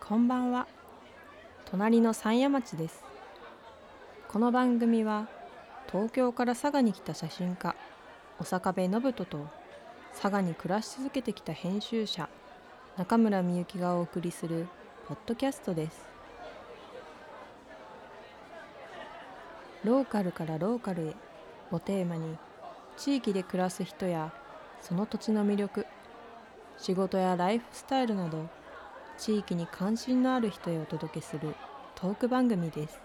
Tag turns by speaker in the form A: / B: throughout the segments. A: こんばんは隣の山谷町ですこの番組は東京から佐賀に来た写真家小坂部信人と佐賀に暮らし続けてきた編集者中村みゆきがお送りするポッドキャストですローカルからローカルへをテーマに地域で暮らす人やその土地の魅力仕事やライフスタイルなど地域に関心のある人へお届けするトーク番組です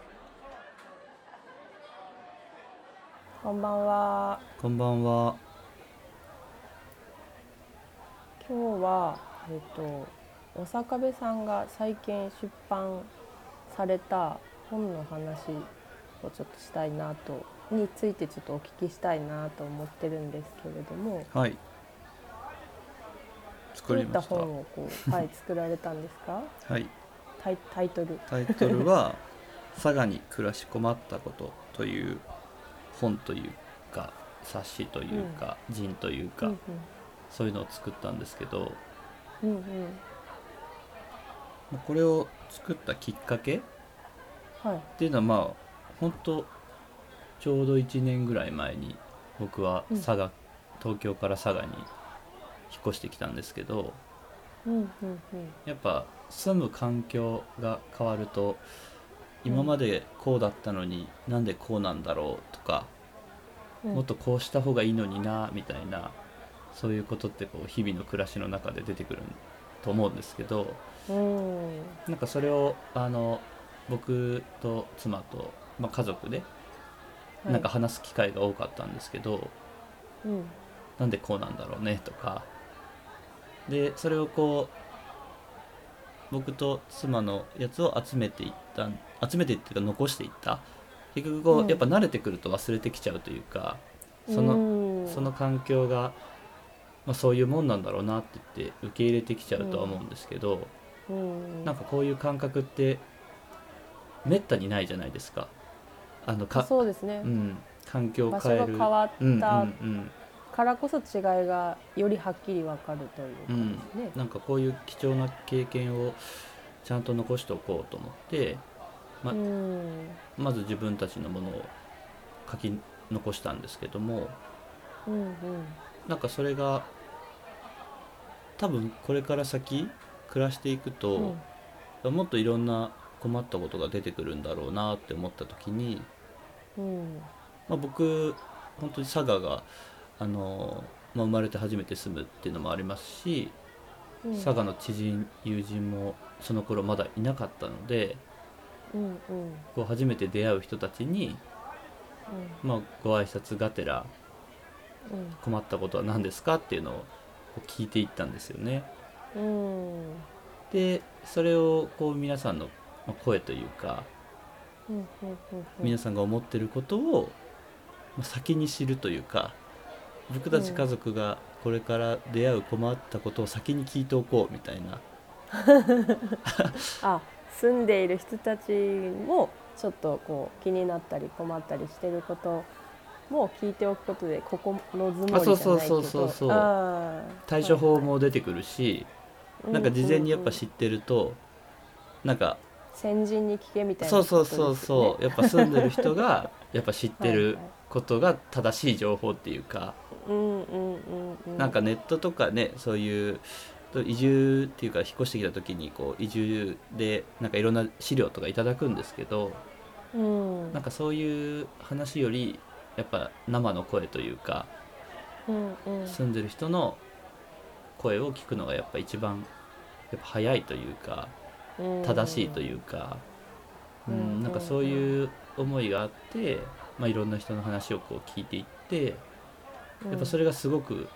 A: こんばんは
B: こんばんは。
A: 今日はえっと小坂部さんが最近出版された本の話をちょっとしたいなとについてちょっとお聞きしたいなと思ってるんですけれども
B: はい。作
A: どうい
B: り
A: っ
B: ま
A: た
B: した。
A: 本
B: は
A: をこう、はい、作られたんですか
B: い。
A: タイタイトル
B: タイトルは 佐賀に暮らし困ったことという本というか冊子というか、人というか、
A: うん
B: そういうのを作ったんですけど、
A: うんうんうん
B: まあこれを作ったきっかけっ
A: はい
B: ていうのはまあ本当ちょうど1年ぐらい前に僕は
A: うん
B: 佐賀、東京から佐賀に引っ越してきたんですけど、
A: うんうんうん
B: やっぱ住む環境が変わると
A: うん
B: 今までこうだったのになんでこうなんだろうとか、
A: うん
B: もっとこうした方がいいのになみたいなそういうことってこう日々の暮らしの中で出てくると思うんですけど
A: うん
B: なんかそれをあの僕と妻と、まあ、家族で
A: はい
B: なんか話す機会が多かったんですけど、
A: うん
B: なんでこうなんだろうねとかでそれをこう僕と妻のやつを集めていった集めていっていうか残していった結局こう、
A: うん
B: やっぱ慣れてくると忘れてきちゃうというかその、
A: の
B: その環境が、まあ、そういうもんなんだろうなって言って受け入れてきちゃうとは思うんですけど、
A: うん
B: なんかこういう感覚ってめったにないじゃないですか。あのか
A: そうですね、
B: うん、環境を
A: 場
B: 変
A: 所
B: え
A: が
B: る
A: 変わ
B: うんうん
A: った
B: うん
A: からこそ違いがよりはっきりわかるというかですね。
B: なんかこういう貴重な経験をちゃんと残しておこうと思ってま
A: うん
B: まず自分たちのものを書き残したんですけども
A: うん
B: なんかそれが多分これから先暮らしていく
A: うん
B: と、もっといろんな困ったことが出てくるんだろうなって思った時に、
A: うん
B: まあ、僕本当に佐賀があの、まあ、生まれて初めて住むっていうのもありますし
A: うん
B: 佐賀の知人友人もその頃まだいなかったので
A: うんうん
B: こう初めて出会う人たちに、まあ、ご挨拶がてら
A: うん
B: 困ったことは何ですかっていうのをこう聞いていったんですよね。
A: うんうん
B: でそれをこう皆さんのまあ声というか
A: うんうんうん
B: 皆さんが思ってることをまあ先に知るというか僕たち家族がこれから出会う困ったことを先に聞いておこうみたいな
A: あ住んでいる人たちもちょっとこう気になったり困ったりしてることも聞いておくことで心づもりじゃないけど
B: あそうそうそうそうそう
A: あー
B: 対処法も出てくるしなんか事前にやっぱ
A: う
B: 知ってるとなんか
A: んうん先人に聞けみたいな
B: そうそうそうそ ううやっぱ住んでる人がやっぱ知って
A: はい
B: る
A: はい
B: ことが正しい情報っていうか
A: うんうんうんうん
B: なんかネットとかねそういう移住っていうか引っ越してきた時にこう移住でなんかいろんな資料とかいただくんですけど
A: うん
B: なんかそういう話よりやっぱ生の声というか
A: うんうん
B: 住んでる人の声を聞くのがやっぱ一番やっぱ早いというか正しいというか、う
A: うん
B: ん、なんかそういう思いがあって、まあ、いろんな人の話をこう聞いていって
A: うん、
B: やっぱそれがすごく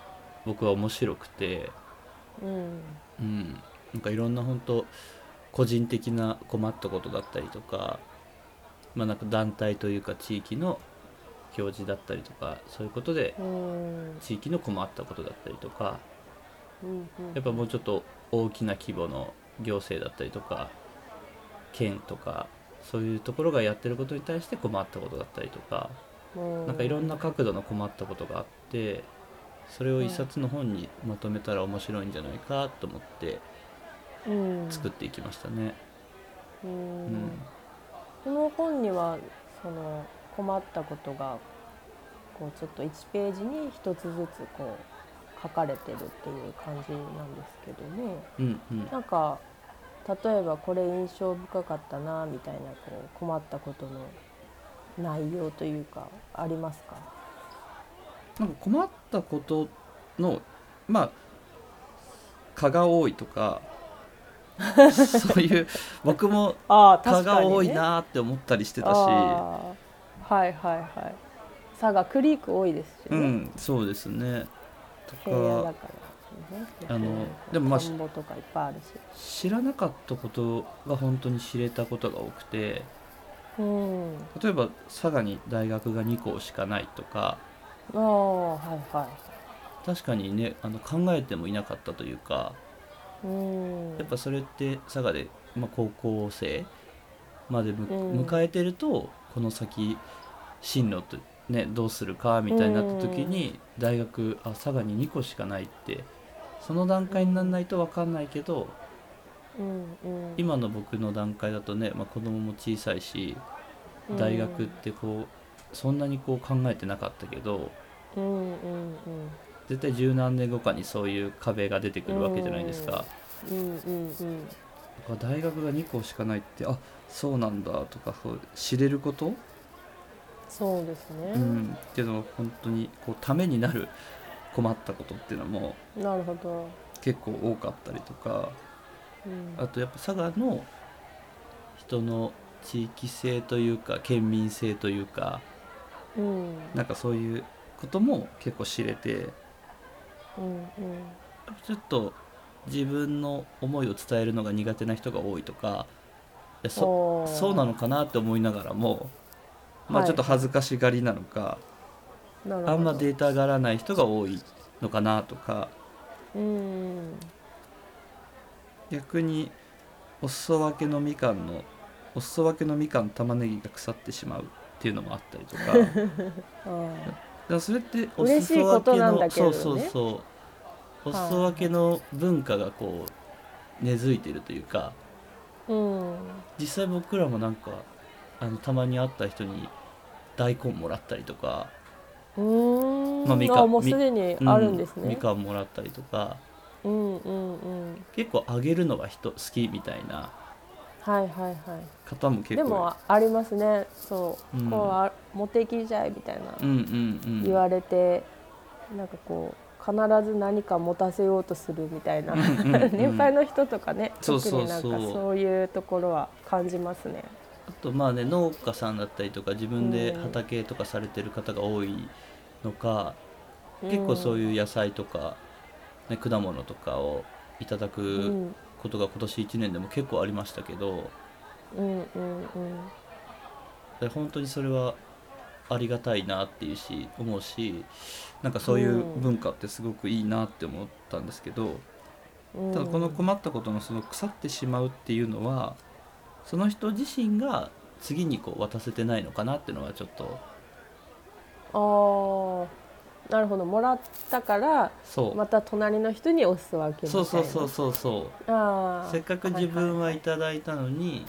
B: 僕は面白くて、
A: うん
B: うん、なんかいろんな本当個人的な困ったことだったりとか,、まあ、なんか団体というか地域の行事だったりとかそういうことで
A: うん
B: 地域の困ったことだったりとか
A: うんうん
B: やっぱもうちょっと大きな規模の行政だったりとか県とかそういうところがやってることに対して困ったことだったりとか
A: う
B: なんかいろんな角度の困ったことがあってそれを一冊の本にまとめたら面白いんじゃないかと思って
C: うん
B: 作っていきましたね。
C: う
B: うんん、
C: この本にはその困ったことがこうちょっと1ページに1つずつこう書かれてるっていう感じなんですけどね
B: うん、うん、
C: なんか例えばこれ印象深かったなみたいなこう困ったことの内容というかありますか
B: なんか困ったことのまあ蚊が多いと かそういう僕も
C: ああ
B: 蚊
C: 確
B: が
C: かに、ね、
B: 多いなーって思ったりしてたし、
C: あーはいはいはい佐賀クリーク多いですし
B: う
C: ね、
B: んそうですねと
C: 平野だか
B: か
C: らですよね
B: あのでもまあ
C: 田んぼとかいっぱいあるし
B: 知らなかったことが本当に知れたことが多くて
C: うん
B: 例えば佐賀に大学が2校しかないとか
C: ああはいは
B: 確かにねあの考えてもいなかったというか
C: いうん
B: やっぱそれって佐賀で、まあ、高校生までむ
C: うん
B: 迎えてるとこの先進路と、ね、どうするかみたいになった時に大学あ佐賀に2個しかないってその段階にならないと分かんないけど
C: うんうん
B: 今の僕の段階だとね、まあ、子供も小さいし大学ってこうそんなにこう考えてなかったけど
C: うんうんうん
B: 絶対十何年後かにそういう壁が出てくるわけじゃないですか。
C: うんうんうん
B: あ大学が2校しかないってあそうなんだとかそう知れること、
C: そうですね、
B: うん、っていうのは本当にこうためになる困ったことっていうのも
C: なるほど、
B: 結構多かったりとか
C: うん、
B: あとやっぱ佐賀の人の地域性というか県民性というか
C: うん
B: なんかそういうことも結構知れて
C: うんうん
B: ちょっと自分の思いを伝えるのが苦手な人が多いとかいやそ
C: おー
B: そうなのかなって思いながらも、まあ、
C: はい
B: ちょっと恥ずかしがりなのか、
C: なるほど
B: あんまデータがらない人が多いのかなとか
C: うん
B: 逆にお裾分けのみかんのお裾分けのみかん玉ねぎが腐ってしまうっていうのもあったりとかだか
C: あー
B: らそれってお
C: 嬉しい
B: 裾
C: こ
B: 分
C: と
B: け
C: なんだ
B: の
C: けど
B: そう
C: ね
B: そうそうお裾分けの文化がこう根付いてるというか。
C: うん
B: 実際僕らもなんかあのたまに会った人に大根もらったりとか、
C: うーん、
B: まあみかん
C: あもう
B: み
C: すでにあるんですね、
B: みかんもらったりとか
C: うんうんうん
B: 結構あげるのが人好きみたいな
C: はいはいはい
B: 方も結構
C: でもあありますねそう、
B: うん
C: こうあ持ってきちゃいみたいな
B: うんうんうん
C: 言われて、なんかこう必ず何か持たせようとするみたいな
B: うんうんうん
C: 年配の人とかね
B: そう
C: 特
B: そうそ
C: に
B: う
C: なんかそういうところは感じますね
B: あとまあね農家さんだったりとか自分で畑とかされてる方が多いのか、結構そう
C: い
B: いう野菜とか、ね、果物とかをいただ
C: う
B: く
C: ん
B: ことが今年1年でも結構ありましたけど、
C: うんうんうん
B: で本当にそれはありがたいなっていうし思うしなんかそういう
C: うん
B: 文化ってすごくいいなって思ったんですけど、
C: うん
B: ただこの困ったことのその腐ってしまうっていうのはその人自身が次にこう渡せてないのかなっていうのはちょっと
C: ああなるほどもらったから
B: そう、
C: また隣の人におすわけみたい
B: そう
C: な
B: そうそうそうそ
C: あ
B: う
C: ー
B: せっかく自分はいただいたのに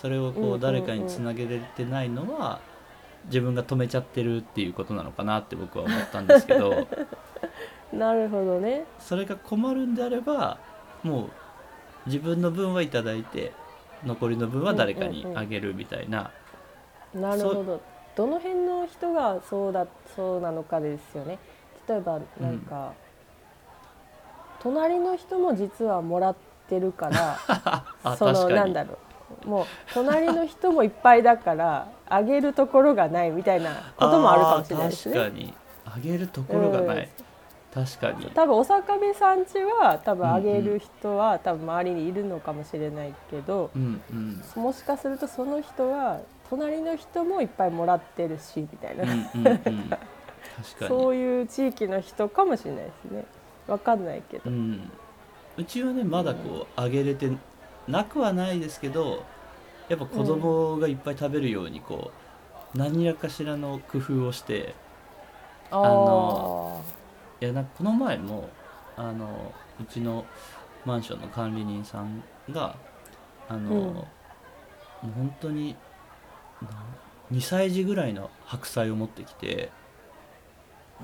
B: それ
C: う
B: を
C: んうん
B: こ
C: う
B: うん誰かにつなげれてないのは自分が止めちゃってるっていうことなのかなって僕は思ったんですけど。
C: なるほどね
B: それが困るんであればもう自分の分はいただいて残りの分は誰かにあげるみたいな、
C: なるほどどの辺の人がそうだそうなのかですよね例えばなんか、隣の人も実はもらってるから
B: あ
C: そ
B: 確
C: の
B: かに
C: なんだろうもう隣の人もいっぱいだからあげるところがないみたいなこともあるかもしれないです
B: あ
C: ね。
B: ー確かにあげるところがない、確かに
C: 多分おさかべさんちは多分あげる人は多分周りにいるのかもしれないけど、
B: うんうん
C: もしかするとその人は隣の人もいっぱいもらってるしみたい
B: うんう
C: な、
B: んうん確かに
C: そういう地域の人かもしれないですねわかんないけ
B: う
C: ど、
B: ん、うちはねまだこうあげれてなくはないですけどやっぱ子供がいっぱい食べるようにこう、何らかしらの工夫をして
C: あ
B: のいやなんかこの前もあのうちのマンションの管理人さんがあの、
C: うん
B: もう本当に2歳児ぐらいの白菜を持ってきて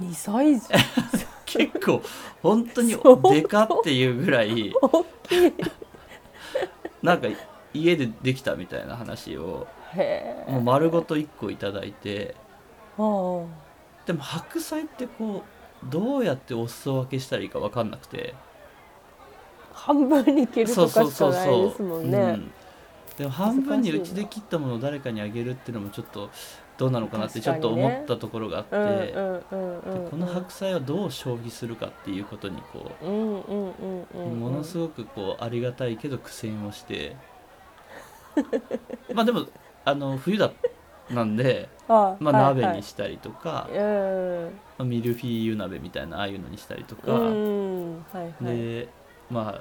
C: 2歳 児
B: 結構本当に
C: 相当
B: でかっていうぐらい
C: 大きい
B: なんか家でできたみたいな話を
C: へ
B: もう
C: え
B: 丸ごと1個いただいて
C: あ
B: でも白菜ってこうどうやってお裾分けしたらいいか分かんなくて
C: あ半分に切るとかしかないですもん
B: う
C: ね
B: んでも半分にう
C: 難しい
B: ち
C: な
B: で切ったものを誰かにあげるっていうのもちょっとどうなのかなってちょっと
C: 確かに
B: 思
C: ね
B: ったところがあって、
C: うんうんうんうんうん
B: でこの白菜をどう消費するかっていうことにこ
C: うんうんうんう
B: う、
C: んうん
B: ものすごくこうありがたいけど苦戦をして まあでもあの冬だなんで、
C: あ
B: まあ、
C: はい
B: 鍋
C: はい
B: にしたりとか、
C: うん
B: まあミルフィーユ鍋みたいなああいうのにしたりとか、
C: うんはいはい
B: でまあ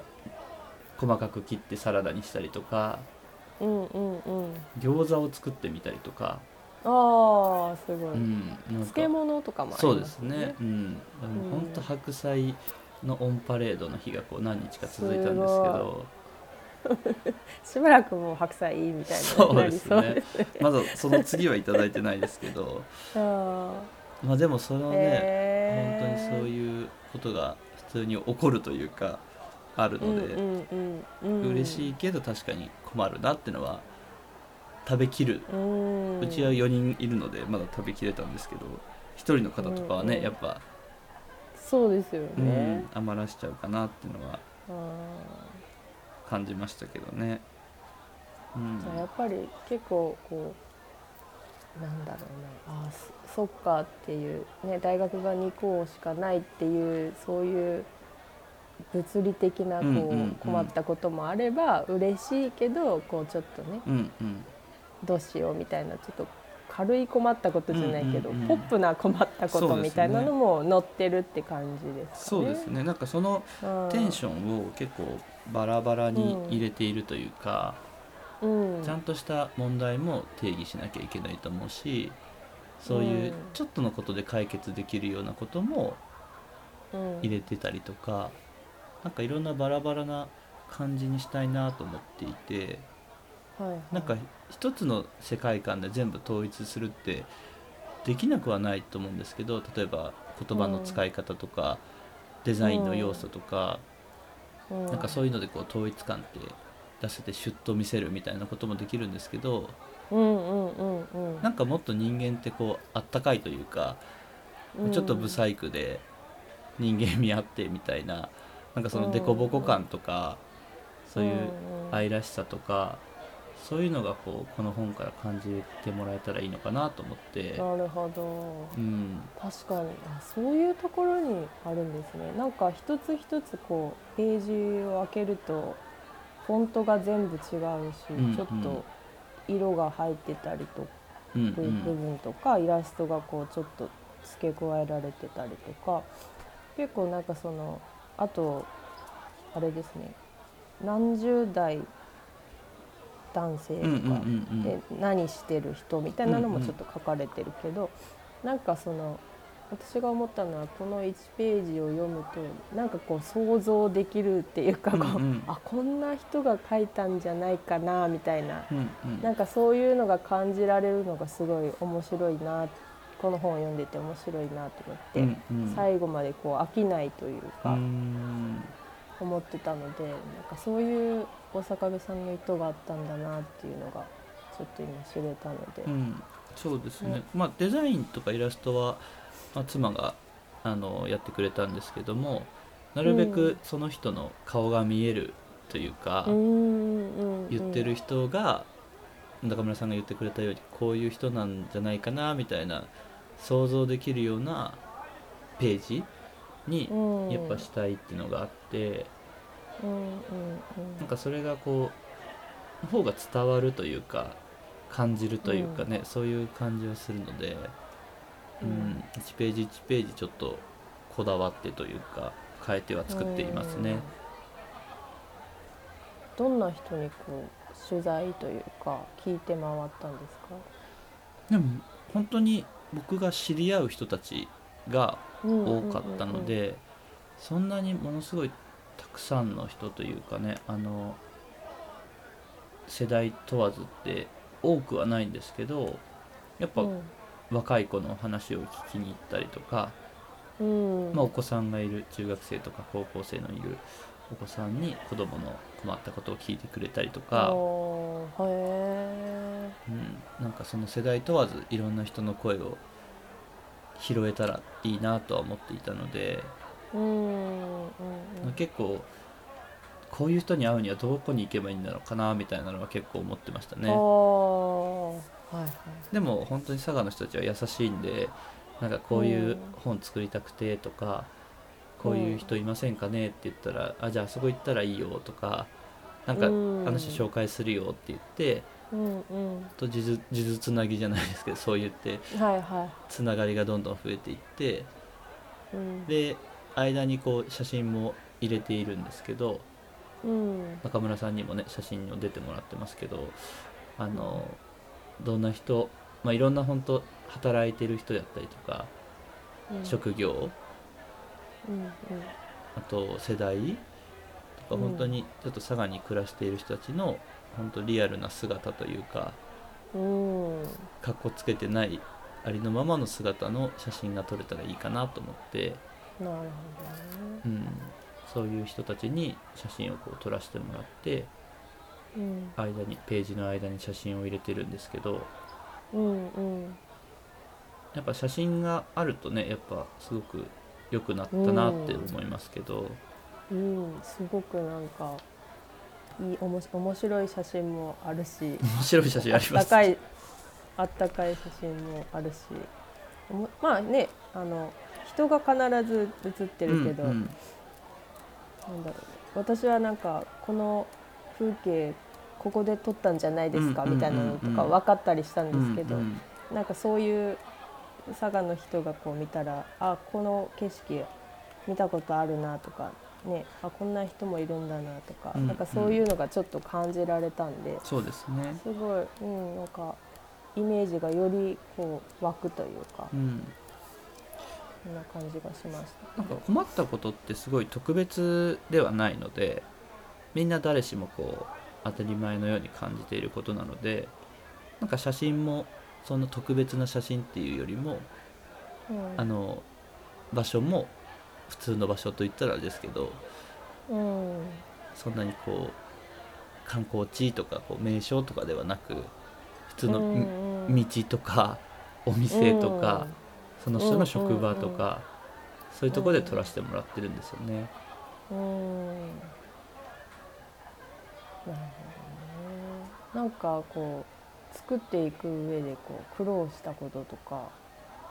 B: 細かく切ってサラダにしたりとか
C: うんうんうん
B: 餃子を作ってみたりとか、
C: ああすご
B: う
C: い
B: ん、なんか
C: 漬物とかもあり
B: そうで
C: ますす
B: ね
C: ね。
B: うん、あの
C: うん
B: 本当白菜のオンパレードの日がこう何日か続いたんですけど、
C: しばらくもう白菜いいみたい
B: そ
C: に
B: う
C: な
B: で
C: り
B: す
C: そうで
B: ね。まだその次はいただいてないですけど、
C: す。あ
B: まあでもそれ
C: あ
B: はね、
C: へ
B: 本当にそう
C: う
B: いうことが普通に起こるというかあるので、
C: んうんうん
B: 嬉しいけど確かに困るなってのは食べきる。
C: うん。
B: うちは4人いるのでまだ食べきれたんですけど、1人の方とかは
C: う
B: ね、
C: んうん
B: やっぱ。
C: そうですよ
B: う
C: ね
B: ん。、余らしちゃうかなっていうのは
C: あ
B: 感じましたけどね。うん
C: ーじゃあやっぱり結構こうなんだろうなあーそそっかっていうね大学が2校しかないっていうそういう物理的なこ
B: うんうんうん
C: う困ったこともあれば嬉しいけどこうちょっとね
B: うんうん、
C: どうしようみたいなちょっと軽い困ったことじゃないけど、
B: うんうんうん
C: ポップな困ったこ
B: そ
C: と
B: うですね
C: みたいなのも載ってるって感じですか
B: そう
C: ね。
B: ですねなんかその
C: うん
B: テンションを結構バラバラに入れているというか、
C: うん、
B: ちゃんとした問題も定義しなきゃいけないと思うしそういううんちょっとのことで解決できるようなことも
C: うん
B: 入れてたりとか、なんかいろんなバラバラな感じにしたいなと思っていて。
C: はいはい
B: なんか一つの世界観で全部統一するってできなくはないと思うんですけど例えば言葉の使い方とか、デザインの要素とか、
C: うん
B: なんかそういうのでこう統一感って出せてシュッと見せるみたいなこともできるんですけど
C: うんうんうんうん
B: なんかもっと人間ってこうあったかいというか、
C: うん
B: ちょっと不細工で人間味あってみたいななんかその凸凹感とか、そういう
C: うんうん
B: 愛らしさとかそういうのがこうこの本から感じてもらえたらいいのかなと思って、
C: なるほど
B: うん、
C: 確かにあそういうところにあるんですねなんか一つ一つこうページを開けるとフォントが全部違うし、
B: うんうん
C: ちょっと色が入ってたりとか
B: うんう
C: 部部
B: ん
C: 分とかイラストがこうちょっと付け加えられてたりとか結構なんかそのあとあれですね何十代男性と
B: うんうんうん
C: か
B: うん
C: で何してる人みたいなのもちょっと書かれてるけどなんかその私が思ったのはこの1ページを読むとなんかこう想像できるっていうかこ
B: うんうん
C: うあこんな人が書いたんじゃないかなみたいな
B: うん
C: なんかそういうのが感じられるのがすごい面白いなこの本を読んでて面白いなと思って、
B: うんうん
C: 最後までこう飽きないという
B: う
C: か
B: ん
C: 思ってたので、なんかそういう大阪部さんの意図があったんだなっていうのがちょっと今知れたので、
B: うんそうですね
C: ね
B: まあデザインとかイラストは、まあ、妻があのやってくれたんですけどもなるべ
C: う
B: く
C: ん
B: その人の顔が見えるというか、
C: うんうんうん
B: 言ってる人が中村さんが言ってくれたようにこういう人なんじゃないかなみたいな想像できるようなページに
C: うん
B: やっぱしたいっていうのがあって
C: うんうん
B: なんかそれがこう方が伝わるというか感じるというかね、そういう感じはするので、う
C: うんん、
B: 1ページ1ページちょっとこだわってというか変えては
C: うん
B: 作っていますね。
C: どんな人にこう取材というか聞いて回ったんですか、
B: でも本当に僕が知り合う人たちが
C: うんうんうん
B: 多かったので、そんなにものすごいたくさんの人というかねあの世代問わずって多くはないんですけどやっぱ
C: うん
B: 若い子の話を聞きに行ったりとか、
C: うん
B: まあ、お子さんがいる中学生とか高校生のいるお子さんに子供の困ったことを聞いてくれたりとか、
C: おーへ
B: うん、なんかその世代問わずいろんな人の声を拾えたらいいなとは思っていたので、
C: えうんうんうん
B: 結構こういう人に会うにはどこに行けばいいんだろうかなみたいなのは結構思ってましたね。
C: おーはいはい
B: でも本当に佐賀の人たちは優しいんでなんかこういううん本作りたくてとか、こういう人いませんかねって言ったら、あじゃああそこ行ったらいいよとかなんか
C: うん
B: 話紹介するよって言って、
C: うんうん
B: と数珠数珠つなぎじゃないですけどそう言って
C: はいは
B: つながりがどんどん増えていって
C: いうん
B: で間にこう写真も入れているんですけど
C: うん
B: 中村さんにもね写真を出てもらってますけどあのどんな人、まあ、いろんな本当働いてる人だったりとか
C: うん
B: 職業
C: うんうん
B: あと世代と
C: う
B: か
C: ん
B: 本当にちょっと佐賀に暮らしている人たちの本当リアルな姿というか
C: うん
B: かっこつけてないありのままの姿の写真が撮れたらいいかなと思って、
C: なるほどね
B: うん、そういう人たちに写真をこう撮らせてもらって
C: うん
B: 間にページの間に写真を入れてるんですけど
C: うんうん
B: やっぱ写真があるとねやっぱすごく良くなったなって思いますけど、
C: うんすごくなんかいいおもし面白い写真もあるし
B: 面白い写真あり
C: あっ
B: ま
C: た
B: す
C: かいあったかい写真もあるしおもまあねあの人が必ず写ってるけど、
B: うんうん
C: なんだろう私はなんかこの風景ここで撮ったんじゃないですか、
B: うんうん
C: みたいなのとか
B: うん
C: 分かったりしたんですけど、
B: うんうん
C: なんかそういう佐賀の人がこう見たらあこの景色見たことあるなとか、ね、あこんな人もいるんだなとか、
B: うん
C: なんかそういうのがちょっと感じられたんで、
B: そうですね、
C: すごい、うん、なんかイメージがよりこう湧くというか、
B: うん、
C: そんな感じがしました。
B: なんか困ったことってすごい特別ではないのでみんな誰しもこう当たり前のように感じていることなのでなんか写真もその特別な写真っていうよりも
C: うん
B: あの場所も普通の場所といったらあれですけど
C: うん
B: そんなにこう観光地とかこう名所とかではなく普通の
C: うん
B: み
C: うん
B: 道とかお店とかその人の職場と
C: うんうんう
B: かそういうところで撮らせてもらってるんですよね。
C: うんうんなるほどねなんかこう作っていく上でこう苦労したこととか、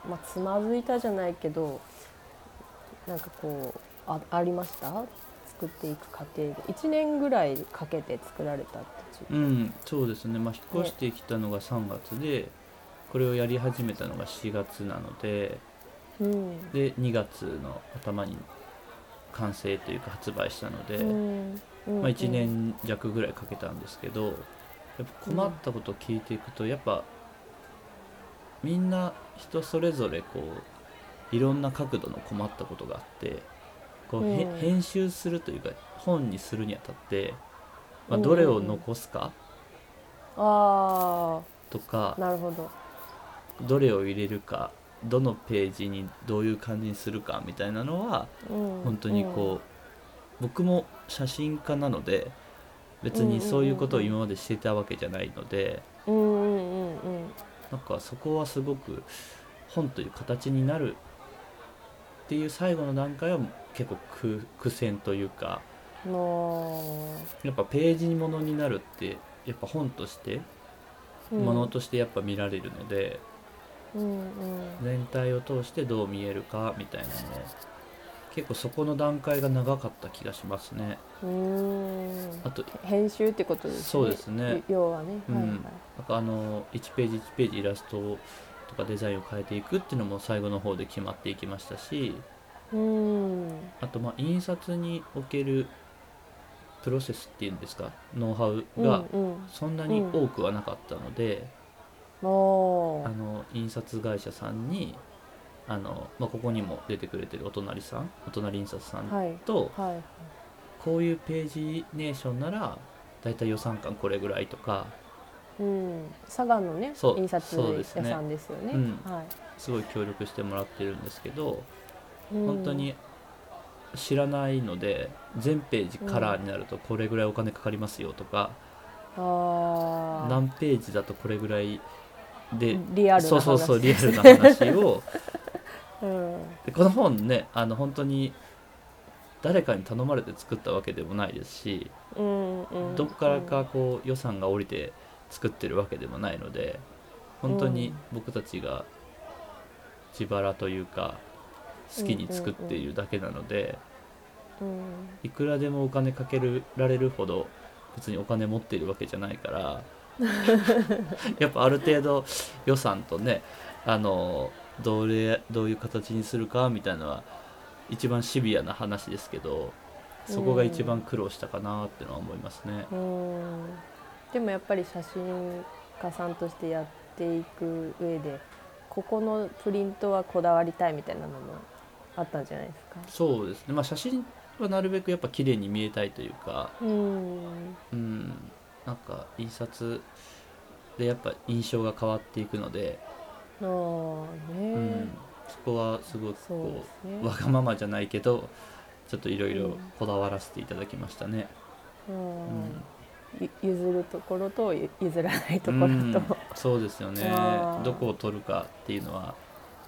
C: まあ、つまずいたじゃないけどなんかこうあありました作っていく過程で1年ぐらいかけて作られたっていう
B: うん、そうですね、まあ、引っ越してきたのが3月でこれをやり始めたのが4月なので
C: うん
B: で2月の頭に完成というか発売したので、まあ、1年弱ぐらいかけたんですけどやっぱ困ったことを聞いていくとやっぱみんな人それぞれこういろんな角度の困ったことがあってこうへ
C: うん
B: 編集するというか本にするにあたって、まあ、どれを残すか
C: あ
B: とか
C: あなるほど
B: どれを入れるかどのページにどういう感じにするかみたいなのは本
C: 本
B: 当にこう、僕も写真家なので別にそういうことを今までしてたわけじゃないので
C: うんうんうん
B: なんかそこはすごく本という形になるっていう最後の段階は結構苦苦戦というか
C: うんの
B: やっぱページものになるってやっぱ本としてものとしてやっぱ見られるので、
C: うんうん
B: 全体を通してどう見えるかみたいなのを結構そこの段階が長かった気がしますね
C: うん
B: あと
C: 編集ってことですね
B: そうですね
C: 要はね、
B: うん
C: はいはい
B: なんかあの1ページ1ページイラストとかデザインを変えていくっていうのも最後の方で決まっていきましたし
C: うん
B: あとまあ印刷におけるプロセスっていうんですかノウハウが
C: うんうん
B: そんなに多くはなかったので、
C: お
B: あ
C: ー
B: の印刷会社さんにあの、まあ、ここにも出てくれてるお隣さんお隣印刷さん
C: はい
B: と、
C: はい
B: こういうページネーションならだいたい予算感これぐらいとか
C: うん、佐賀のね
B: そう
C: 印刷
B: そうですね
C: 屋さんですよね。
B: うん
C: はい、
B: すごい協力してもらってるんですけど
C: うん
B: 本当に知らないので全ページカラーになるとこれぐらいお金かかりますよとか、
C: あー
B: 何ページだとこれぐらいで、
C: リアルな話
B: そうそうそうリアルな話を
C: うん
B: でこの本ねあの本当に誰かに頼まれて作ったわけでもないですし
C: うんうん、
B: どこからかこう予算が下りて作ってるわけでもないので本当に僕たちが自腹というか好きに作っているだけなので
C: うん、
B: いくらでもお金かけるられるほど別にお金持っているわけじゃないからやっぱある程度予算とねあのどれどういう形にするかみたいなのは一番シビアな話ですけどそこが一番苦労したかなってのは思いますね。
C: うん、でもやっぱり写真家さんとしてやっていく上でここのプリントはこだわりたいみたいなのもあったんじゃないですか。
B: そうですね、まあ、写真はなるべくやっぱ綺麗に見えたいというか、
C: うん、
B: うん、なんか印刷でやっぱ印象が変わっていくので、
C: あーね、
B: うん、そこはすごく
C: そうで
B: こ
C: す
B: う
C: ね。
B: わがままじゃないけどちょっといろいうろ
C: ん
B: こだわらせていただきましたね。
C: う
B: うんん、
C: ゆ譲るところとゆ譲らないところ
B: うん
C: と、
B: そうですよね
C: あー
B: どこを取るかっていうのは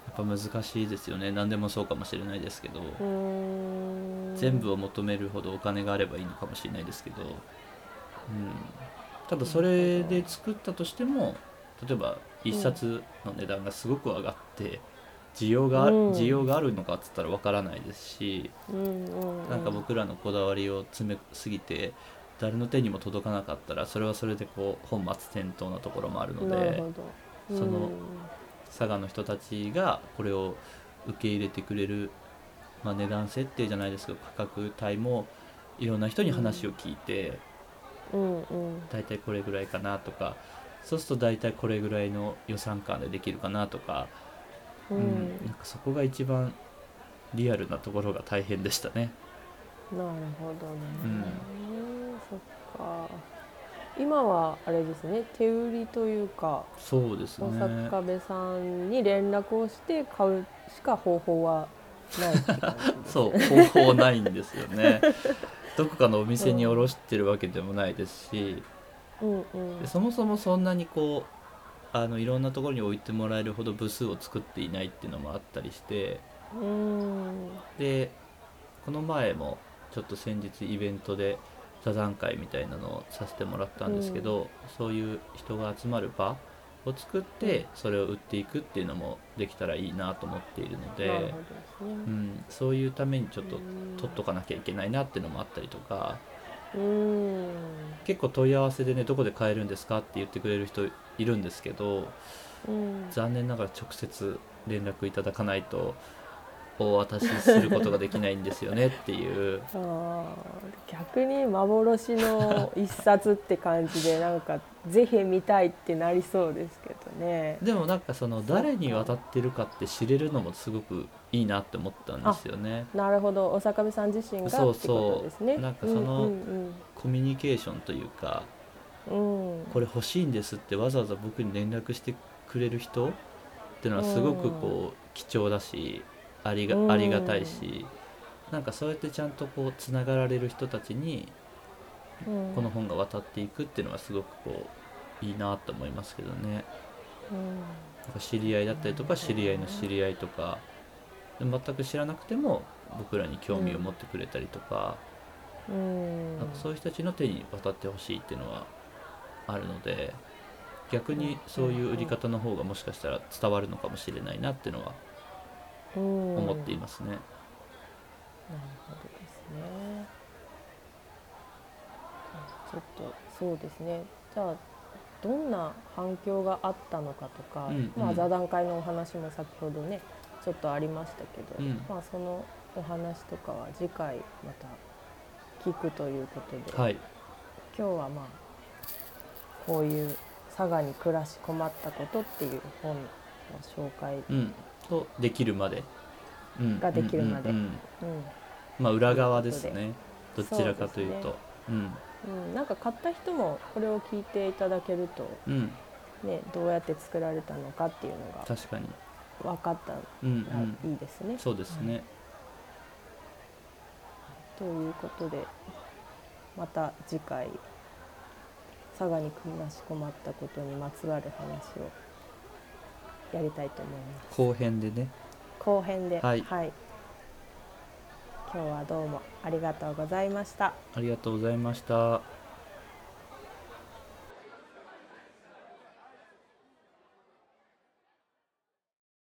B: やっぱ難しいですよね何でもそうかもしれないですけど、
C: うん、
B: 全部を求めるほどお金があればいいのかもしれないですけど、うん、ただそれで作ったとしても例えば1冊の値段がすごく上がって需要があ
C: うん
B: 需要があるのかっつったらわからないですし、
C: うんうんうん、
B: なんか僕らのこだわりを詰めすぎて誰の手にも届かなかったらそれはそれでこう本末転倒なところもあるの
C: なる
B: で
C: ほど
B: その
C: うん
B: 佐賀の人たちがこれを受け入れてくれる、まあ、値段設定じゃないですけど価格帯もいろんな人に話を聞いて、
C: うんうん
B: 大体これぐらいかなとかそうすると大体これぐらいの予算感でできるかなとか、
C: う
B: うん
C: ん、
B: なんかそこが一番リアルなところが大変でしたね。
C: なるほどね、
B: うん
C: そっか今はあれですね手売りというか
B: そうです
C: 大
B: ね
C: 阪部さんに連絡をして買うしか方法はないって 感じです
B: そう方法ないんですよねどこかのお店に卸してるわけでもないですし、
C: うんうん
B: でそもそもそんなにこうあのいろんなところに置いてもらえるほど部数を作っていないっていうのもあったりして
C: うん
B: でこの前もちょっと先日イベントで座談会みたいなのをさせてもらったんですけど、そういう人が集まる場を作ってそれを売っていくっていうのもできたらいいなと思っているの
C: なる
B: で
C: ほ、どです
B: う
C: ね
B: ん、そういうためにちょっと
C: うん
B: 取っとかなきゃいけないなっていうのもあったりとか
C: うん
B: 結構問い合わせでねどこで買えるんですかって言ってくれる人いるんですけど
C: うん
B: 残念ながら直接連絡いただかないとお渡しすることができないんですよねって いう。
C: あー逆に幻の一冊って感じでなんかぜひ見たいってなりそうですけどね。
B: でもなんかその
C: そっか
B: 誰に渡ってるかって知れるのもすごくいいなって思ったんですよね
C: なるほど、お坂部さん自身がって
B: そ
C: こ
B: う
C: と
B: そう
C: ですね。
B: なんかその
C: うん
B: コミュニケーションというか
C: うんうん、
B: これ欲しいんですってわざわざ僕に連絡してくれる人ってのはすごくこう貴重だしあり
C: うん
B: がありがたいしなんかそうやってちゃんとこうつながられる人たちに
C: うん
B: この本が渡っていくっていうのはすごくこういいなと思いますけどね
C: うん
B: なんか知り合いだったりとか
C: なるほど
B: 知
C: ね
B: り合いの知り合いとかで全く知らなくても僕らに興味を持ってくれたりとか,、
C: うん
B: なんかそういう人たちの手に渡ってほしいっていうのはあるので逆にそういう売り方の方がもしかしたら伝わるのかもしれないなっていうのは
C: うん
B: 思ってい
C: なる
B: ますね。
C: ほどですね。ちょっとそうですね。じゃあどんな反響があったのかとか、
B: うんうん
C: まあ座談会のお話も先ほどねちょっとありましたけど、
B: うん
C: まあそのお話とかは次回また聞くということで。
B: はい、
C: 今日はまあこういう佐賀に暮らし困ったことっていう本の紹介、
B: うん、とできるまで、うん
C: ができるまで
B: うんうんうん
C: うん、
B: まあ裏側ですね。どちらかという
C: そう
B: とうん
C: うん、なんか買った人もこれを聞いていただけると、
B: うん
C: ね、どうやって作られたのかっていうのが
B: 確かに
C: 分かったら
B: うんうん
C: いいですね。
B: そうですね
C: ということでまた次回佐賀に暮らし困ったことにまつわる話をやりたいと思います。
B: 後編でね
C: 後編で、
B: はい
C: 今日はどうもありがとうございました。
B: ありがとうございました